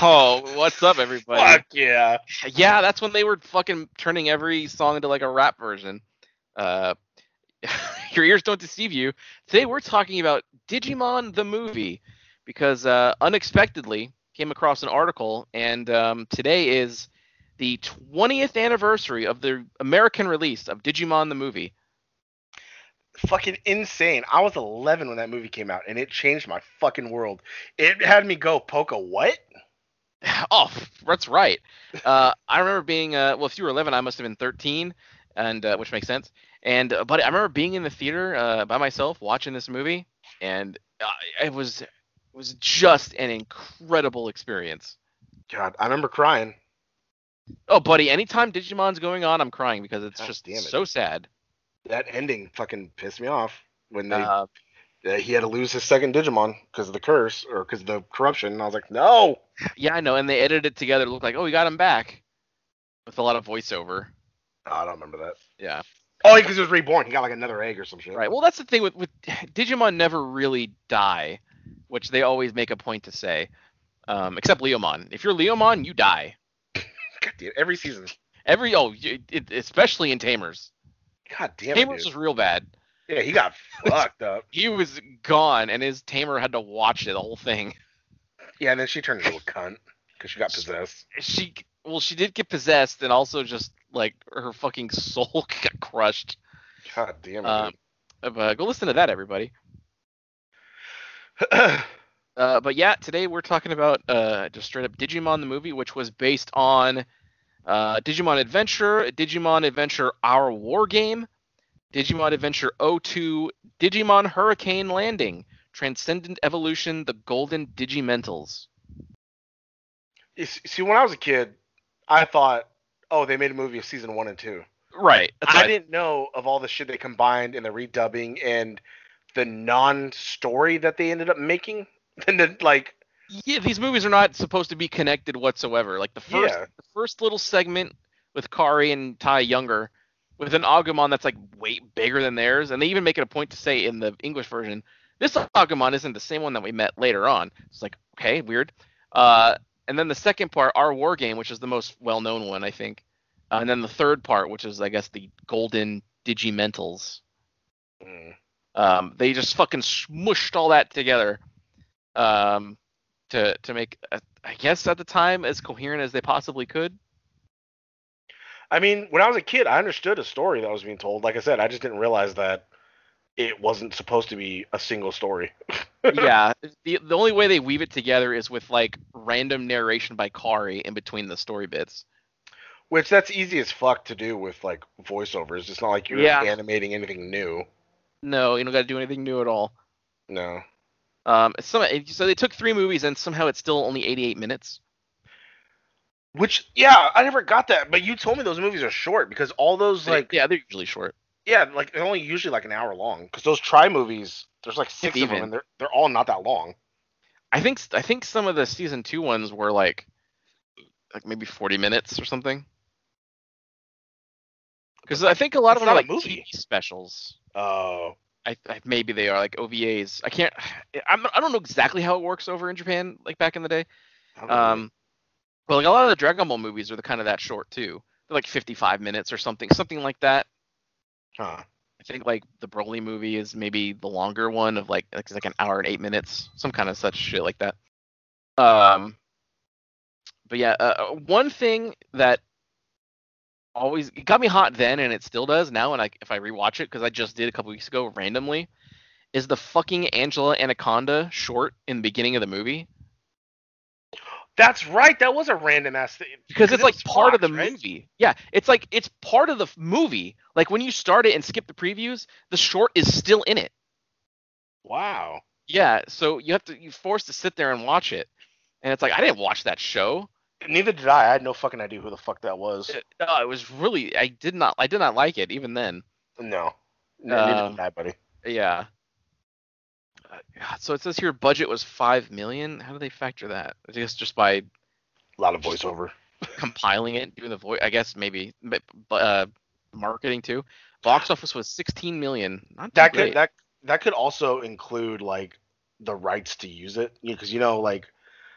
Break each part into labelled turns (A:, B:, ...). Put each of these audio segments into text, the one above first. A: Oh, what's up, everybody?
B: Fuck yeah.
A: Yeah, that's when they were fucking turning every song into like a rap version. Uh, your ears don't deceive you. Today we're talking about Digimon the movie because uh, unexpectedly came across an article, and um, today is the 20th anniversary of the American release of Digimon the movie.
B: Fucking insane. I was 11 when that movie came out, and it changed my fucking world. It had me go, Poca, what?
A: Oh, that's right. Uh, I remember being uh, well, if you were 11, I must have been 13, and uh, which makes sense. And uh, but I remember being in the theater uh, by myself watching this movie, and uh, it was it was just an incredible experience.
B: God, I remember crying.
A: Oh, buddy, anytime Digimon's going on, I'm crying because it's
B: God
A: just
B: Ah, damn it.
A: so sad.
B: That ending fucking pissed me off when they
A: Uh,
B: uh, he had to lose his second Digimon because of the curse or because of the corruption. And I was like, no.
A: yeah, I know. And they edited it together. It looked like oh, we got him back with a lot of voiceover.
B: Oh, I don't remember that.
A: Yeah.
B: Oh, because he was reborn. He got like another egg or some shit.
A: Right. Well, that's the thing with with Digimon never really die, which they always make a point to say. Um, except Leomon. If you're Leomon, you die.
B: God damn, every season.
A: Every oh, you, it, especially in Tamers.
B: God damn it.
A: Tamers
B: Dude.
A: was real bad.
B: Yeah, he got fucked up.
A: He was gone, and his Tamer had to watch it the whole thing.
B: Yeah, and then she turned into a cunt because she got possessed.
A: She well, she did get possessed, and also just like her fucking soul got crushed.
B: God damn it.
A: Um, but go listen to that, everybody.
B: dude.
A: Uh, but yeah, today we're talking about uh, just straight up Digimon the movie, which was based on uh, Digimon Adventure, Digimon Adventure Our War Game, Digimon Adventure 02, Digimon Hurricane Landing, Transcendent Evolution, The Golden Digimentals.
B: You s- See, when I was a kid, I thought, oh, they made a movie of season one and two.
A: Right.
B: I didn't know of all the shit they combined and the redubbing and the non-story that they ended up making. And then, like,
A: yeah, these movies are not supposed to be connected whatsoever. Like the first,
B: Yeah.
A: the first little segment with Kari and Ty Younger, with an Agumon that's like way bigger than theirs, and they even make it a point to say in the English version, this Agumon isn't the same one that we met later on. It's like okay, weird. Uh, and then the second part, our war game, which is the most well-known one, I think, uh, and then the third part, which is I guess the Golden Digimentals.
B: mm,
A: Um, they just fucking smushed all that together um, to to make, uh, I guess at the time, as coherent as they possibly could.
B: I mean, when I was a kid, I understood a story that was being told. Like I said, I just didn't realize that it wasn't supposed to be a single story.
A: yeah, the the only way they weave it together is with like random narration by Kari in between the story bits.
B: Which that's easy as fuck to do with like voiceovers. It's not like you're
A: Yeah.
B: animating anything new.
A: No, you don't got to do anything new at all.
B: No.
A: Um, some, so they took three movies and somehow it's still only 88 minutes.
B: Which yeah, I never got that. But you told me those movies are short because all those like
A: yeah, they're usually short.
B: yeah, like they're only usually like an hour long. Because those try movies, there's like six of
A: Even.
B: them, and they're they're all not that long.
A: I think I think some of the season two ones were like like maybe 40 minutes or something. Because I think a lot
B: It's
A: of
B: not
A: them are like
B: a movie.
A: TV specials.
B: Oh,
A: I, I maybe they are like OVAs. I can't. I'm, I don't know exactly how it works over in Japan like back in the day. Um, but like a lot of the Dragon Ball movies are the kind of that short too. They're like 55 minutes or something, something like that.
B: huh.
A: I think like the Broly movie is maybe the longer one of like it's like an hour and eight minutes, some kind of such shit like that. Um, but yeah, uh, one thing that always it got me hot then, and it still does now. And I if I rewatch it because I just did a couple weeks ago randomly, is the fucking Angela Anaconda short in the beginning of the movie
B: That's right. That was a random ass thing.
A: because it's
B: it
A: like
B: was
A: part of the
B: Fox, right?
A: movie. Yeah, it's like it's part of the f- movie. Like when you start it and skip the previews, the short is still in it.
B: Wow.
A: Yeah, so you have to you forced to sit there and watch it, and it's like I didn't watch that show.
B: Neither did I. I had no fucking idea who the fuck that was.
A: No, it was really. I did not. I did not like it even then.
B: No. No, neither
A: Um,
B: did I, buddy.
A: Yeah. Uh, God, So it says here budget was five million. How do they factor that? I guess just by
B: A lot of voiceover.
A: compiling it, doing the voice. I guess maybe, but but, uh, marketing too. Box office was sixteen million. Not too
B: That
A: great.
B: could that that could also include like the rights to use it, because you know, like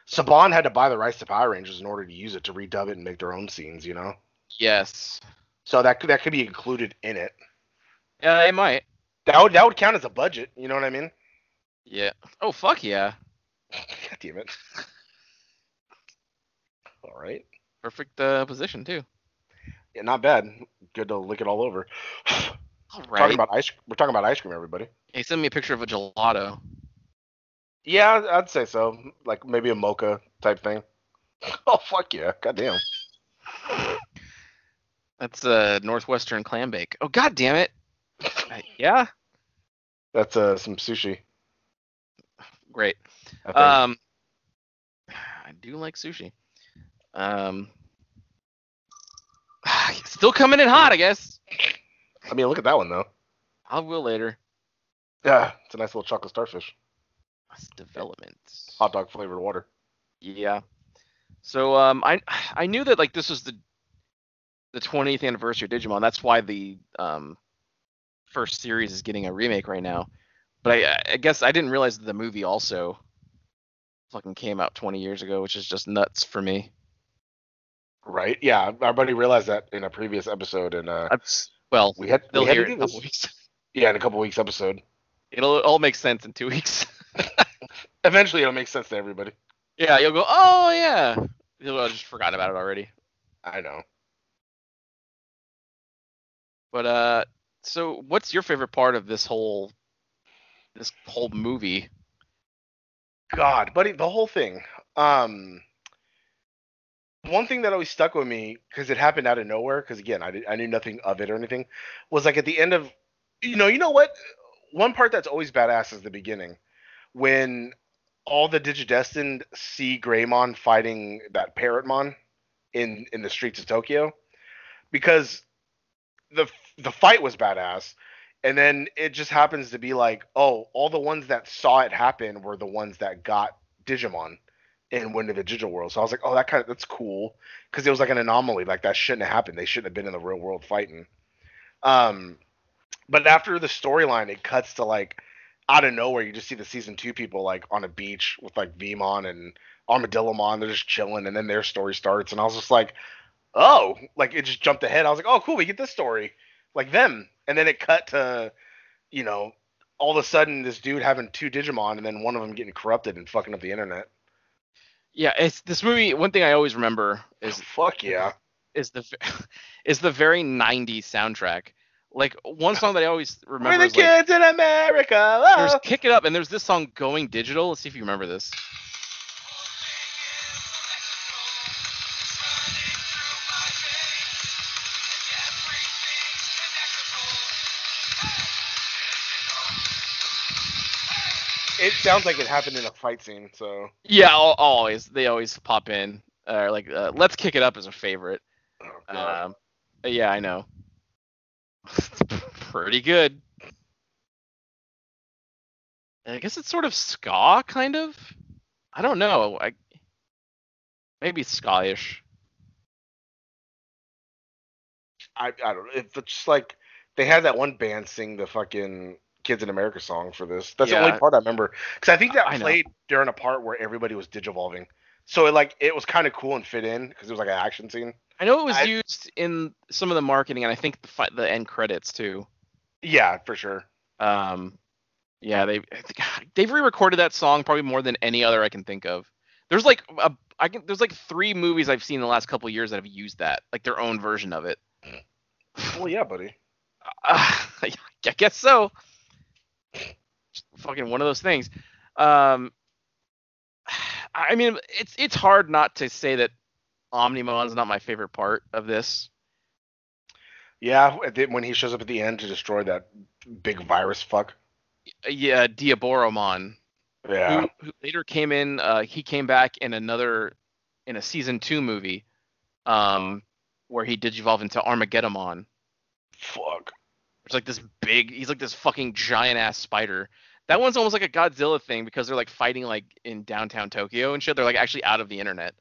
B: Saban had to buy the rights to Power Rangers in order to use it to redub it and make their own scenes, you know.
A: Yes.
B: So that could that could be included in it.
A: Yeah, Uh, it might.
B: That would that would count as a budget. You know what I mean?
A: Yeah. Oh fuck yeah.
B: God damn it. all right.
A: Perfect uh, position too.
B: Yeah, not bad. Good to lick it all over.
A: All
B: Talking
A: right.
B: about ice. We're talking about ice cream, everybody.
A: He sent me a picture of a gelato.
B: Yeah, I'd say so. Like maybe a mocha type thing. Oh fuck yeah! Goddamn.
A: That's uh, Northwestern clam bake. Oh god damn it. Uh, yeah.
B: That's uh some sushi.
A: Great.
B: I think.
A: Um, I do like sushi. Um, still coming in hot, I guess.
B: I mean, look at that one though.
A: I will later.
B: Yeah, it's a nice little chocolate starfish,
A: That's development.
B: hot dog flavored water.
A: Yeah. So um, I I knew that like this was the the 20th anniversary of Digimon. That's why the um first series is getting a remake right now. But I I guess I didn't realize that the movie also fucking came out 20 years ago, which is just nuts for me.
B: Right? Yeah, our buddy realized that in a previous episode, and uh,
A: well,
B: we had
A: they'll
B: we had
A: hear
B: to
A: it in
B: do
A: a couple
B: this.
A: weeks.
B: Yeah, in a couple weeks episode.
A: It'll all make sense in two weeks.
B: Eventually, it'll make sense to everybody.
A: yeah, you'll go, oh yeah. You'll I just forgot about it already.
B: I know.
A: But uh, so what's your favorite part of this whole this whole movie?
B: God, buddy, the whole thing. Um, one thing that always stuck with me because it happened out of nowhere. Because again, I, did- I knew nothing of it or anything. Was like at the end of, you know, you know what? One part that's always badass is the beginning, when all the Digidestined see Greymon fighting that Parrotmon in in the streets of Tokyo, because the the fight was badass. And then it just happens to be like, oh, all the ones that saw it happen were the ones that got Digimon and went to the digital world. So I was like, oh, that kind of that's cool because it was like an anomaly. Like that shouldn't have happened. They shouldn't have been in the real world fighting. Um, but after the storyline, it cuts to like out of nowhere. You just see the season two people like on a beach with like Vemon and Armadillomon. They're just chilling, and then their story starts. And I was just like, oh, like it just jumped ahead. I was like, oh, cool, we get this story like them. And then it cut to, you know, all of a sudden this dude having two Digimon and then one of them getting corrupted and fucking up the internet.
A: Yeah, it's this movie. One thing I always remember is
B: Fuck yeah.
A: is the is the very '90s soundtrack. Like one song that I always remember
B: We're the
A: is like,
B: kids in America.
A: there's
B: oh.
A: "Kick It Up" and there's this song "Going Digital." Let's see if you remember this.
B: It sounds like it happened in a fight scene, so
A: Yeah, al- always they always pop in. Or like, uh, "Let's Kick It Up" is a favorite.
B: oh, God.
A: Um, yeah, I know. Pretty good. I guess it's sort of ska, kind of. I don't know. I maybe ska-ish.
B: I, I don't know. If it's just like they had that one band sing the fucking Kids in America song for this. That's the
A: Yeah.
B: only part I remember because I think that
A: I- I know.
B: played during a part where everybody was digivolving. So it like it was kind of cool and fit in because it was like an action scene.
A: I know it was
B: I-
A: used in some of the marketing, and I think the fi- the end credits too.
B: Yeah, for sure.
A: Um, yeah, they I think- they've re-recorded that song probably more than any other I can think of. There's like a, I can there's like three movies I've seen in the last couple years that have used that, like their own version of it.
B: Well, yeah, buddy.
A: Uh, I guess so. Just fucking one of those things. Um, I mean, it's it's hard not to say that Omnimon's not my favorite part of this.
B: Yeah, at the- when he shows up at the end to destroy that big virus fuck.
A: Uh, Yeah, Diaboromon,
B: Yeah.
A: Mm-hmm. who, who later came in, uh, he came back in another in a season two movie, um, where he digivolved into Armageddon.
B: Fuck.
A: It's like this big. He's like this fucking giant ass spider. That one's almost like a Godzilla thing because they're like fighting like in downtown Tokyo and shit. They're like actually out of the internet.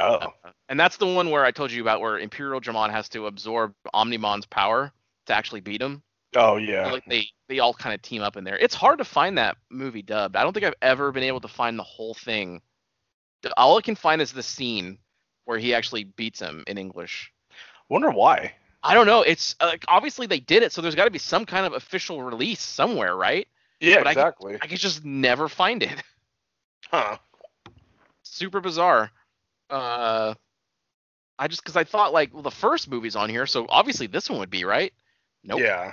B: Oh.
A: And that's the one where I told you about where Imperial Dramon has to absorb Omnimon's power to actually beat him.
B: Oh
A: So,
B: yeah.
A: Like they they all kind of team up in there. It's hard to find that movie dubbed. I don't think I've ever been able to find the whole thing. All I can find is the scene where he actually beats him in English.
B: Wonder why.
A: I don't know. It's uh, like, obviously they did it, so there's got to be some kind of official release somewhere, right?
B: Yeah,
A: But I could-
B: exactly.
A: I could just never find it.
B: Huh.
A: Super bizarre. Uh, I just because I thought like well the first movie's on here, so obviously this one would be right. Nope.
B: Yeah.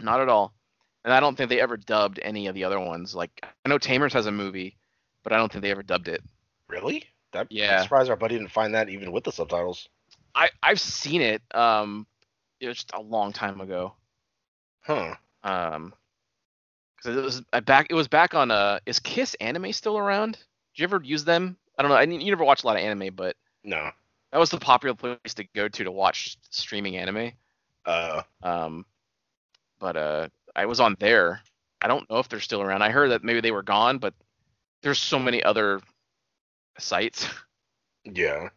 A: Not at all. And I don't think they ever dubbed any of the other ones. Like I know Tamers has a movie, but I don't think they ever dubbed it.
B: Really? That,
A: Yeah.
B: I'm surprised our buddy didn't find that even with the subtitles.
A: I I've seen it. Um, it was just a long time ago.
B: Huh.
A: Um, because it was I back. It was back on. Uh, is Kiss Anime still around? Do you ever use them? I don't know. I mean, you never watch a lot of anime, but
B: No.
A: that was the popular place to go to to watch streaming anime.
B: Uh.
A: Um, but uh, I was on there. I don't know if they're still around. I heard that maybe they were gone, but there's so many other sites.
B: Yeah.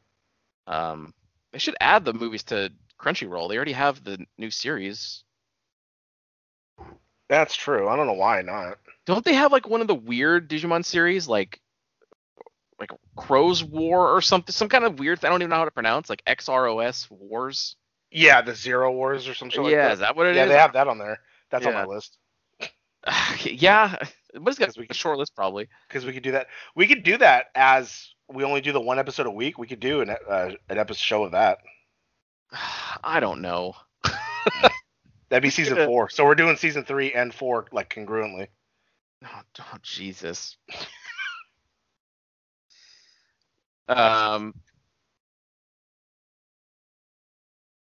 A: Um, they should add the movies to Crunchyroll. They already have the new series.
B: That's true. I don't know why not.
A: Don't they have like one of the weird Digimon series, like like Crow's War or something, some kind of weird? I don't even know how to pronounce, like XROS Wars.
B: Yeah, the Zero Wars or some shit
A: yeah,
B: like
A: is that what
B: that.
A: it is?
B: Yeah, they have that on there. That's on
A: Yeah.
B: my list.
A: yeah, but it's got
B: 'Cause we-
A: a short list probably.
B: because we could do that. We could do that as we only do the one episode a week. We could do an uh, an episode show of that.
A: I don't know.
B: That'd be season
A: Yeah.
B: four. So we're doing season three and four like congruently.
A: Oh, oh, Jesus. um,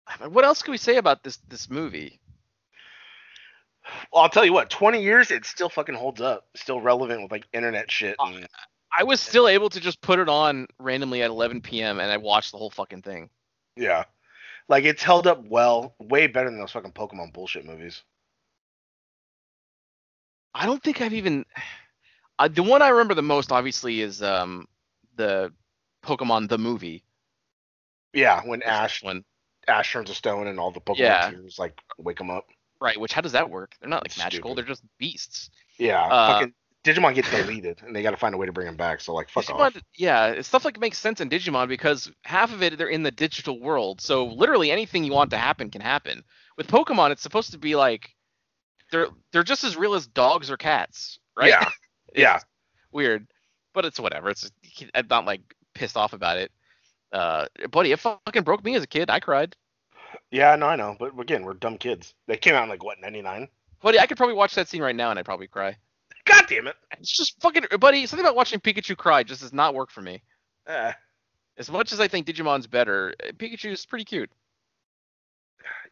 A: I mean, what else can we say about this this movie?
B: Well, I'll tell you what. Twenty years, it still fucking holds up. Still relevant with like internet shit.
A: Ah.
B: And,
A: I was still able to just put it on randomly at 11 p.m. and I watched the whole fucking thing.
B: yeah, like it's held up well, way better than those fucking Pokemon bullshit movies.
A: I don't think I've even. Uh, the one I remember the most, obviously, is um the Pokemon the movie.
B: Yeah, when
A: That's the
B: Ash
A: one,
B: Ash turns to stone and all the Pokemon
A: Yeah.
B: tears like wake them up.
A: right? Which how does that work? They're not like
B: It's
A: magical.
B: stupid.
A: They're just beasts.
B: Yeah,
A: Uh,
B: fucking Digimon get deleted and they got to find a way to bring them back. So like, fuck
A: Digimon,
B: off.
A: yeah, it's stuff like makes sense in Digimon because half of it they're in the digital world, so literally anything you want to happen can happen. With Pokemon, it's supposed to be like they're they're just as real as dogs or cats, right?
B: Yeah,
A: It's
B: yeah.
A: weird, but it's whatever. It's I'm not like pissed off about it. Uh, buddy, it fucking broke me as a kid. I cried.
B: Yeah, no, I know, but again, we're dumb kids. They came out in like what ninety nine.
A: Buddy, I could probably watch that scene right now and I'd probably cry.
B: God damn it!
A: It's just fucking, buddy. Something about watching Pikachu cry just does not work for me.
B: Eh,
A: As much as I think Digimon's better, Pikachu's pretty cute.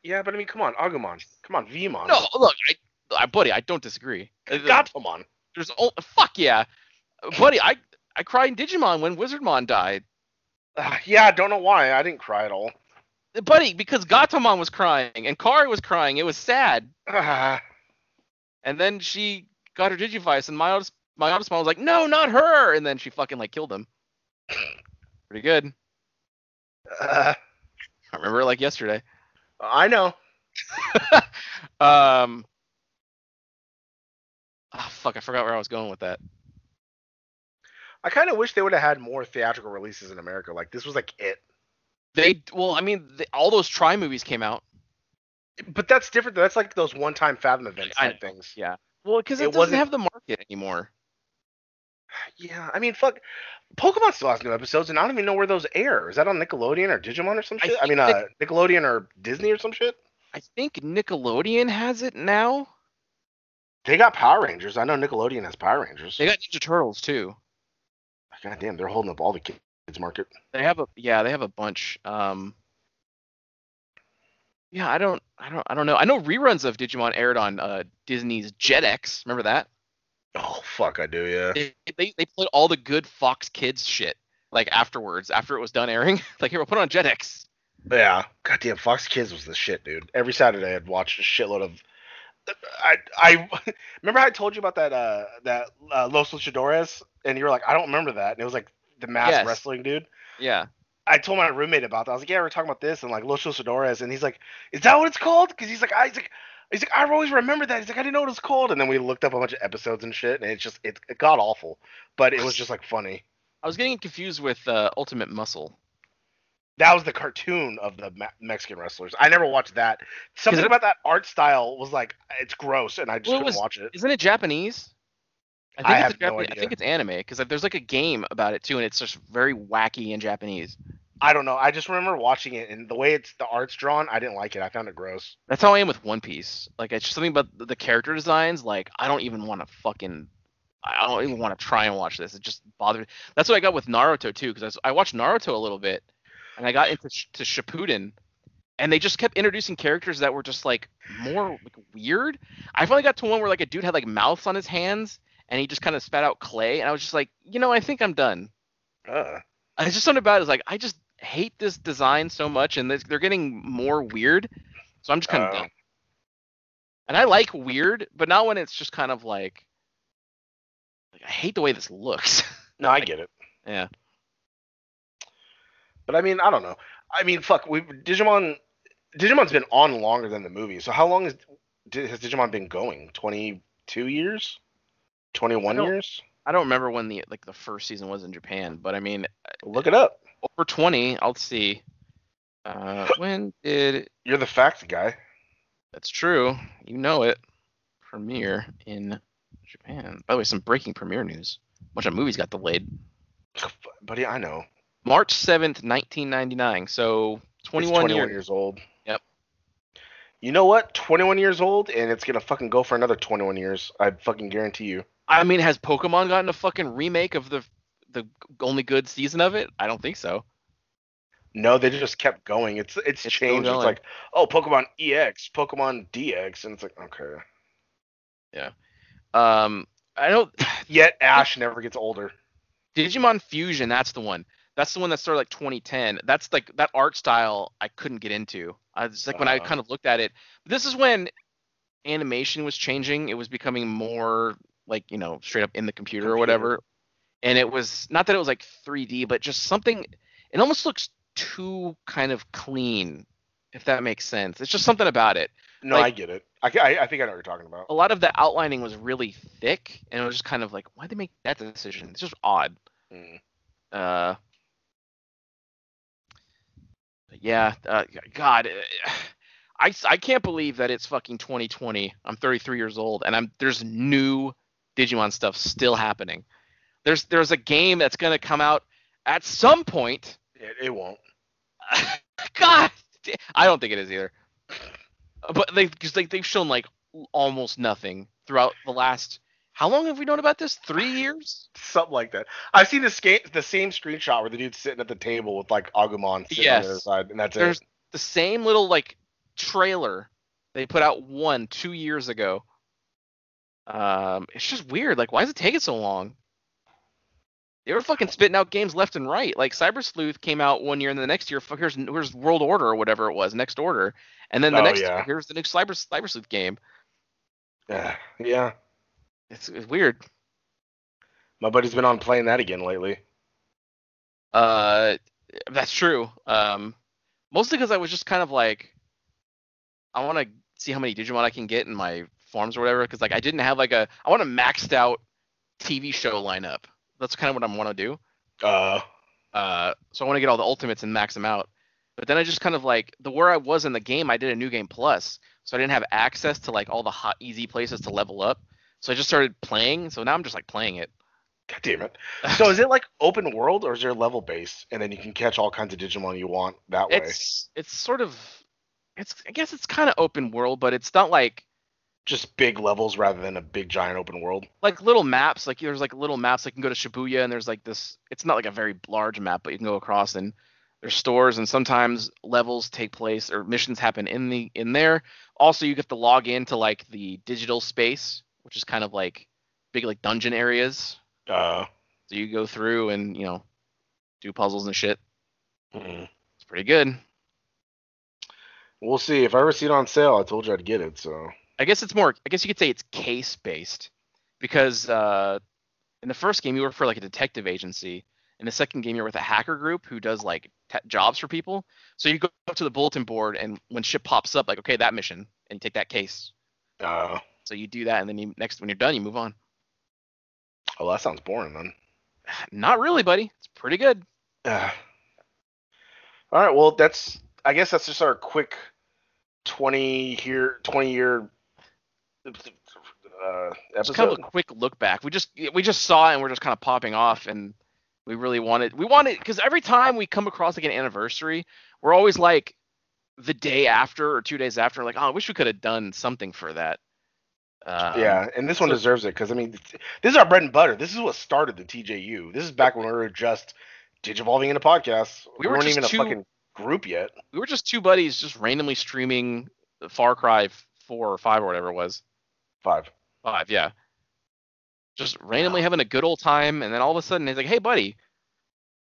B: yeah, but I mean, come on, Agumon, come on, Vmon,
A: No, Uh, look, I, I, buddy, I don't disagree.
B: Gatomon.
A: There's oh, fuck yeah, buddy. I I cried in Digimon when Wizardmon died,
B: Uh, yeah, I don't know why I didn't cry at all.
A: buddy, because Gatomon was crying and Kari was crying. It was sad,
B: Ah,
A: and then she got her Digivice, and my oldest my oldest mom was like, no, not her, and then she fucking like killed him. Pretty good.
B: uh,
A: I remember it like yesterday.
B: I know.
A: Um. ah, fuck, I forgot where I was going with that.
B: I kind of wish they would have had more theatrical releases in America. Like this was like it,
A: They well, I mean, they, all those Try movies came out.
B: but that's different. That's like those one time Fathom events
A: I
B: type things.
A: Well, because
B: It
A: it, doesn't
B: wasn't-
A: have the market anymore.
B: Yeah, I mean, fuck, Pokemon still has new episodes, and I don't even know where those air. Is that on Nickelodeon or Digimon or some
A: I
B: shit? I,
A: think
B: mean, uh, Nickelodeon or Disney or some shit.
A: I think Nickelodeon has it now.
B: They got Power Rangers. I know Nickelodeon has Power Rangers.
A: They got Ninja Turtles too.
B: God damn, they're holding up all the kids market.
A: They have a yeah, they have a bunch. Um, yeah, I don't, I don't, I don't know. I know reruns of Digimon aired on uh, Disney's JetX. Remember that?
B: Oh fuck, I do, yeah.
A: They, they they played all the good Fox Kids shit. like afterwards, after it was done airing. like here, we'll put it on Jetix.
B: Yeah. Goddamn, Fox Kids was the shit, dude. Every Saturday I'd watch a shitload of. I I remember I told you about that uh that uh, Los Luchadores, and you were like, I don't remember that, and it was like the mass
A: Yes.
B: wrestling dude.
A: Yeah.
B: I told my roommate about that. I was like, yeah, we're talking about this, and like Los Luchadores, and he's like, is that what it's called? Because he's like, I, he's like, he's like, I always remember that. He's like, I didn't know what it's called, and then we looked up a bunch of episodes and shit, and it's just it, it got awful, but it was just like funny.
A: I was getting confused with uh, Ultimate Muscle.
B: That was the cartoon of the Me- Mexican wrestlers. I never watched that. Something
A: it-
B: about that art style was like it's gross, and I just
A: Well, it
B: couldn't
A: was-
B: watch it.
A: Isn't it Japanese?
B: I
A: it's
B: have
A: a
B: no
A: Japanese, I
B: idea.
A: think it's anime because like, there's like a game about it too, and it's just very wacky in Japanese.
B: I don't know. I just remember watching it, and the way it's the art's drawn, I didn't like it. I found it gross.
A: That's how I am with One Piece. Like it's just something about the- the character designs. Like I don't even want to fucking, I don't even want to try and watch this. It just bothers. That's what I got with Naruto too, because I, watched Naruto a little bit, and I got into Sh- to Shippuden, and they just kept introducing characters that were just like more like, weird. I finally got to one where like a dude had like mouths on his hands, and he just kind of spat out clay, and I was just like, you know, I think I'm done.
B: Uh,
A: I just something about it is like I just hate this design so much, and this, they're getting more weird. So I'm just kind of
B: Oh.
A: done. And I like weird, but not when it's just kind of like, like I hate the way this looks.
B: no, I get it.
A: yeah.
B: But I mean, I don't know. I mean, fuck, we Digimon. Digimon's been on longer than the movie. So how long is, di- has Digimon been going? Twenty two years? Twenty one
A: I don't-
B: years?
A: I don't remember when the like the first season was in Japan, but I mean
B: Look it up.
A: over 20. I'll see. Uh, when did
B: You're the facts guy.
A: that's true? You know it. Premiere in Japan. By the way, some breaking premiere news. A bunch of movies got delayed.
B: Buddy, I know.
A: March 7th, 1999. So
B: It's
A: 21,
B: 21
A: years.
B: years old.
A: Yep.
B: You know what? 21 years old, and it's gonna fucking go for another 21 years. I fucking guarantee you.
A: I mean, has Pokemon gotten a fucking remake of the the only good season of it? I don't think so.
B: No, they just kept going. It's it's,
A: It's still
B: changed. It's
A: going.
B: like, oh, Pokemon EX, Pokemon DX, and it's like, okay.
A: Um, I don't.
B: Yet Ash never gets older.
A: Digimon Fusion, that's the one. That's the one that started like 2010. That's like that art style I couldn't get into. I was like when I
B: Uh-huh.
A: kind of looked at it. This is when animation was changing. It was becoming more like you know straight up in the computer, or
B: Computer.
A: whatever. And it was not that it was like 3D, but just something. It almost looks too kind of clean, if that makes sense. It's just something about it.
B: No,
A: Like-
B: I get it. I, I, I think I know what you're talking about.
A: a lot of the outlining was really thick, and it was just kind of like, why'd they make that decision? It's just odd.
B: Mm.
A: Uh, but yeah, uh, God, eh, I, s- I can't believe that it's fucking 2020. I'm 33 years old, and I'm there's new Digimon stuff still happening. There's there's a game that's gonna come out at some point.
B: It, it won't.
A: God, da- I don't think it is either. But they because they they've shown like almost nothing throughout the last. How long have we known about this? Three years?
B: Something like that. I've seen the, sca- the same screenshot where the dude's sitting at the table with like Agumon sitting on
A: Yes.
B: the other side, and that's
A: There's
B: it.
A: the same little like trailer they put out one two years ago. Um, it's just weird. Like, why is it taking so long? They were fucking spitting out games left and right. Like Cyber Sleuth came out one year, and the next year, fuck, here's, here's World Order or whatever it was, Next Order, and then the
B: Oh,
A: next
B: yeah.
A: year, here's the next Cyber Cyber Sleuth game.
B: Yeah. yeah.
A: It's, it's weird.
B: My buddy's been on playing that again lately.
A: Uh, that's true. Um, mostly because I was just kind of like, I want to see how many Digimon I can get in my farms or whatever. Because like I didn't have like a, I want a maxed out TV show lineup. That's kind of what I want to do.
B: Uh,
A: Uh, so I want to get all the ultimates and max them out. But then I just kind of like the where I was in the game, I did a new game plus, so I didn't have access to like all the hot easy places to level up. So I just started playing. So now I'm just like playing it.
B: God damn it. So is it like open world or is there level based, and then you can catch all kinds of Digimon you want that way?
A: it's it's sort of it's I guess it's kind of open world, but it's not like
B: Just big levels rather than a big giant open world.
A: like little maps. Like there's like little maps. Like you can go to Shibuya and there's like this. It's not like a very large map, but you can go across and there's stores and sometimes levels take place or missions happen in the in there. Also, you have to log into like the digital space, which is kind of like big like dungeon areas.
B: Uh,
A: So you go through and you know do puzzles and shit.
B: Mm-mm.
A: It's pretty good.
B: mm-hmm. We'll see. If I ever see it on sale, I told you I'd get it. So
A: I guess it's more. I guess you could say it's case based, because uh, in the first game you work for like a detective agency. In the second game you're with a hacker group who does like t- jobs for people. So you go up to the bulletin board and when shit pops up, like okay that mission, and you take that case.
B: uh,
A: So you do that, and then you next when you're done you move on.
B: well, oh, that sounds boring then.
A: Not really, buddy. It's pretty good.
B: Uh, all right. Well, that's. I guess that's just our quick twenty year twenty year uh,
A: Just kind of
B: episode.
A: a quick look back. We just we just saw it and we're just kind of popping off, and we really wanted we wanted because every time we come across like an anniversary, we're always like the day after or two days after, like oh I wish we could have done something for that. Um,
B: yeah, and this one
A: so-
B: deserves it because I mean, th- this is our bread and butter. This is what started the TJU. This is back when we were just digivolving into podcasts. We,
A: We were
B: were not
A: just
B: even
A: two-
B: a fucking group yet.
A: we were just two buddies just randomly streaming Far Cry four or five or whatever it was
B: Five.
A: five, yeah. Just randomly having a good old time, and then all of a sudden he's like, "Hey, buddy,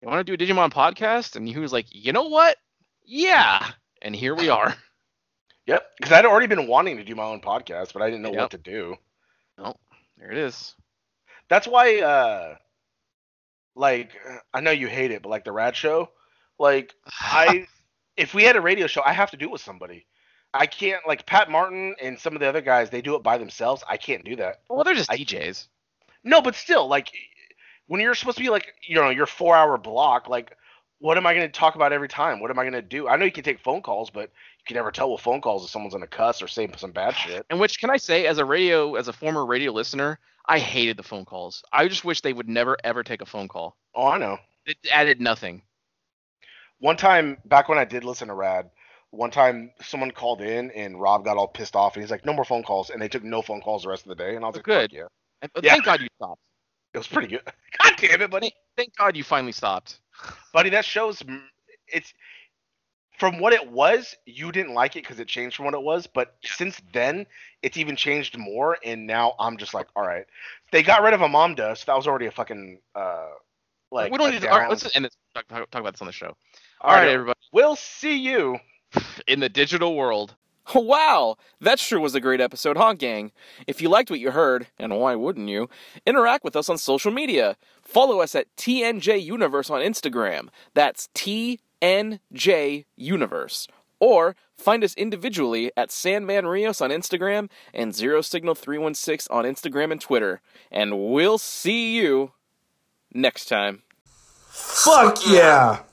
A: you want to do a Digimon podcast?" And he was like, "You know what? Yeah." And here we are.
B: Yep. Because I'd already been wanting to do my own podcast, but I didn't know
A: Yep.
B: what to do.
A: There it is.
B: That's why, uh, like, uh, I know you hate it, but like the Rad Show, like, I, if we had a radio show, I have to do it with somebody. I can't, like, Pat Martin and some of the other guys, they do it by themselves. I can't do that.
A: well, they're just
B: I-
A: DJs.
B: No, but still, like, when you're supposed to be, like, you know, your four hour block, like, what am I going to talk about every time? What am I going to do? I know you can take phone calls, but you can never tell with phone calls if someone's going to cuss or say some bad shit.
A: And which can I say, as a radio, as a former radio listener, I hated the phone calls. I just wish they would never ever take a phone call.
B: Oh, I know.
A: It added nothing.
B: One time, back when I did listen to Rad, one time someone called in and Rob got all pissed off and he's like, "No more phone calls," and they took no phone calls the rest of the day. And I was
A: Oh,
B: like,
A: good.
B: "Fuck yeah,
A: And- but
B: Yeah.
A: Thank God you stopped.
B: it was pretty good." God damn it, buddy,
A: Thank, thank God you finally stopped.
B: buddy, that shows m- it's from what it was. You didn't like it because it changed from what it was, but since then, it's even changed more. And now I'm just like, all right, they got rid of Amamda, so that was already a fucking uh, like
A: we don't
B: a
A: need to. All right,
B: down-
A: let's just end this. Talk, talk about this on the show.
B: All right,
A: everybody.
B: we'll see you.
A: In the digital world.
C: Wow, that sure was a great episode, huh, gang? If you liked what you heard, and why wouldn't you, interact with us on social media. Follow us at TNJ Universe on Instagram. That's TNJ Universe. Or find us individually at Sandman Rios on Instagram and Zero Signal 316 on Instagram and Twitter. And we'll see you next time.
D: Fuck yeah!